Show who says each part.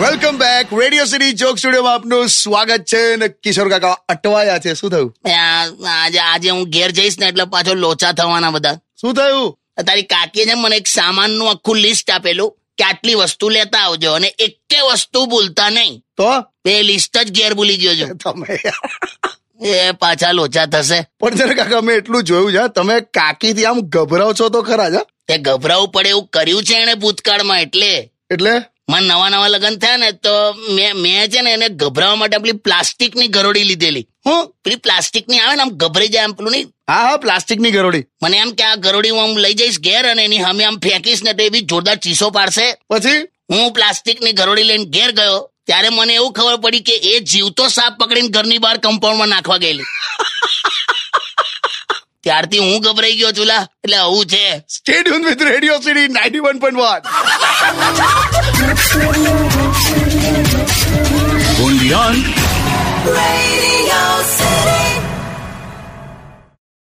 Speaker 1: Welcome back Radio City joke સ્ટુડિયોમાં આપનું સ્વાગત છે અને કિશોર કાકા અટવાયા છે શું થયું
Speaker 2: એ આ- આજે આજે હું ઘેર જઈશ ને એટલે પાછો લોચા થવાના બધા
Speaker 1: શું થયું
Speaker 2: તારી કાકીએ છે ને મને એક સામાનનું આખું લિસ્ટ આપેલું કે આટલી વસ્તુ લેતા આવજો અને એકે વસ્તુ ભૂલતા નહીં
Speaker 1: તો
Speaker 2: એ લિસ્ટ જ ઘેર ભૂલી ગયો છો
Speaker 1: તમે
Speaker 2: એ પાછા લોચા થશે
Speaker 1: પણ જરા કાકા મેં એટલું જોયું છે તમે કાકીથી આમ ગભરાવ છો તો ખરા જ હા?
Speaker 2: તે ગભરાવું પડે એવું કર્યું છે એને ભૂતકાળમાં એટલે
Speaker 1: એટલે
Speaker 2: મને નવા નવા લગ્ન થયા ને તો મેં મેં છે ને એને ગભરાવા માટે પેલી પ્લાસ્ટિકની ગરોળી લીધેલી
Speaker 1: હું
Speaker 2: પેલી પ્લાસ્ટિકની આવે ને આમ ગભરાઈ જાય આમ પેલું નહીં
Speaker 1: હા હા પ્લાસ્ટિકની ગરોડી
Speaker 2: મને એમ કે આ ગરોળી હું આમ લઈ જઈશ ઘેર અને એની સામે આમ ફેંકીશ ને તો એ બી જોરદાર ચીસો પાડશે
Speaker 1: પછી
Speaker 2: હું પ્લાસ્ટિકની ગરોળી લઈને ઘેર ગયો ત્યારે મને એવું ખબર પડી કે એ જીવતો સાપ પકડીને ઘરની બહાર કમ્પાઉન્ડમાં નાખવા ગયેલી ત્યારથી હું ગભરાઈ ગયો ચુલા એટલે આવું છે
Speaker 1: stayed with Radio City ninety one point one
Speaker 3: Radio City.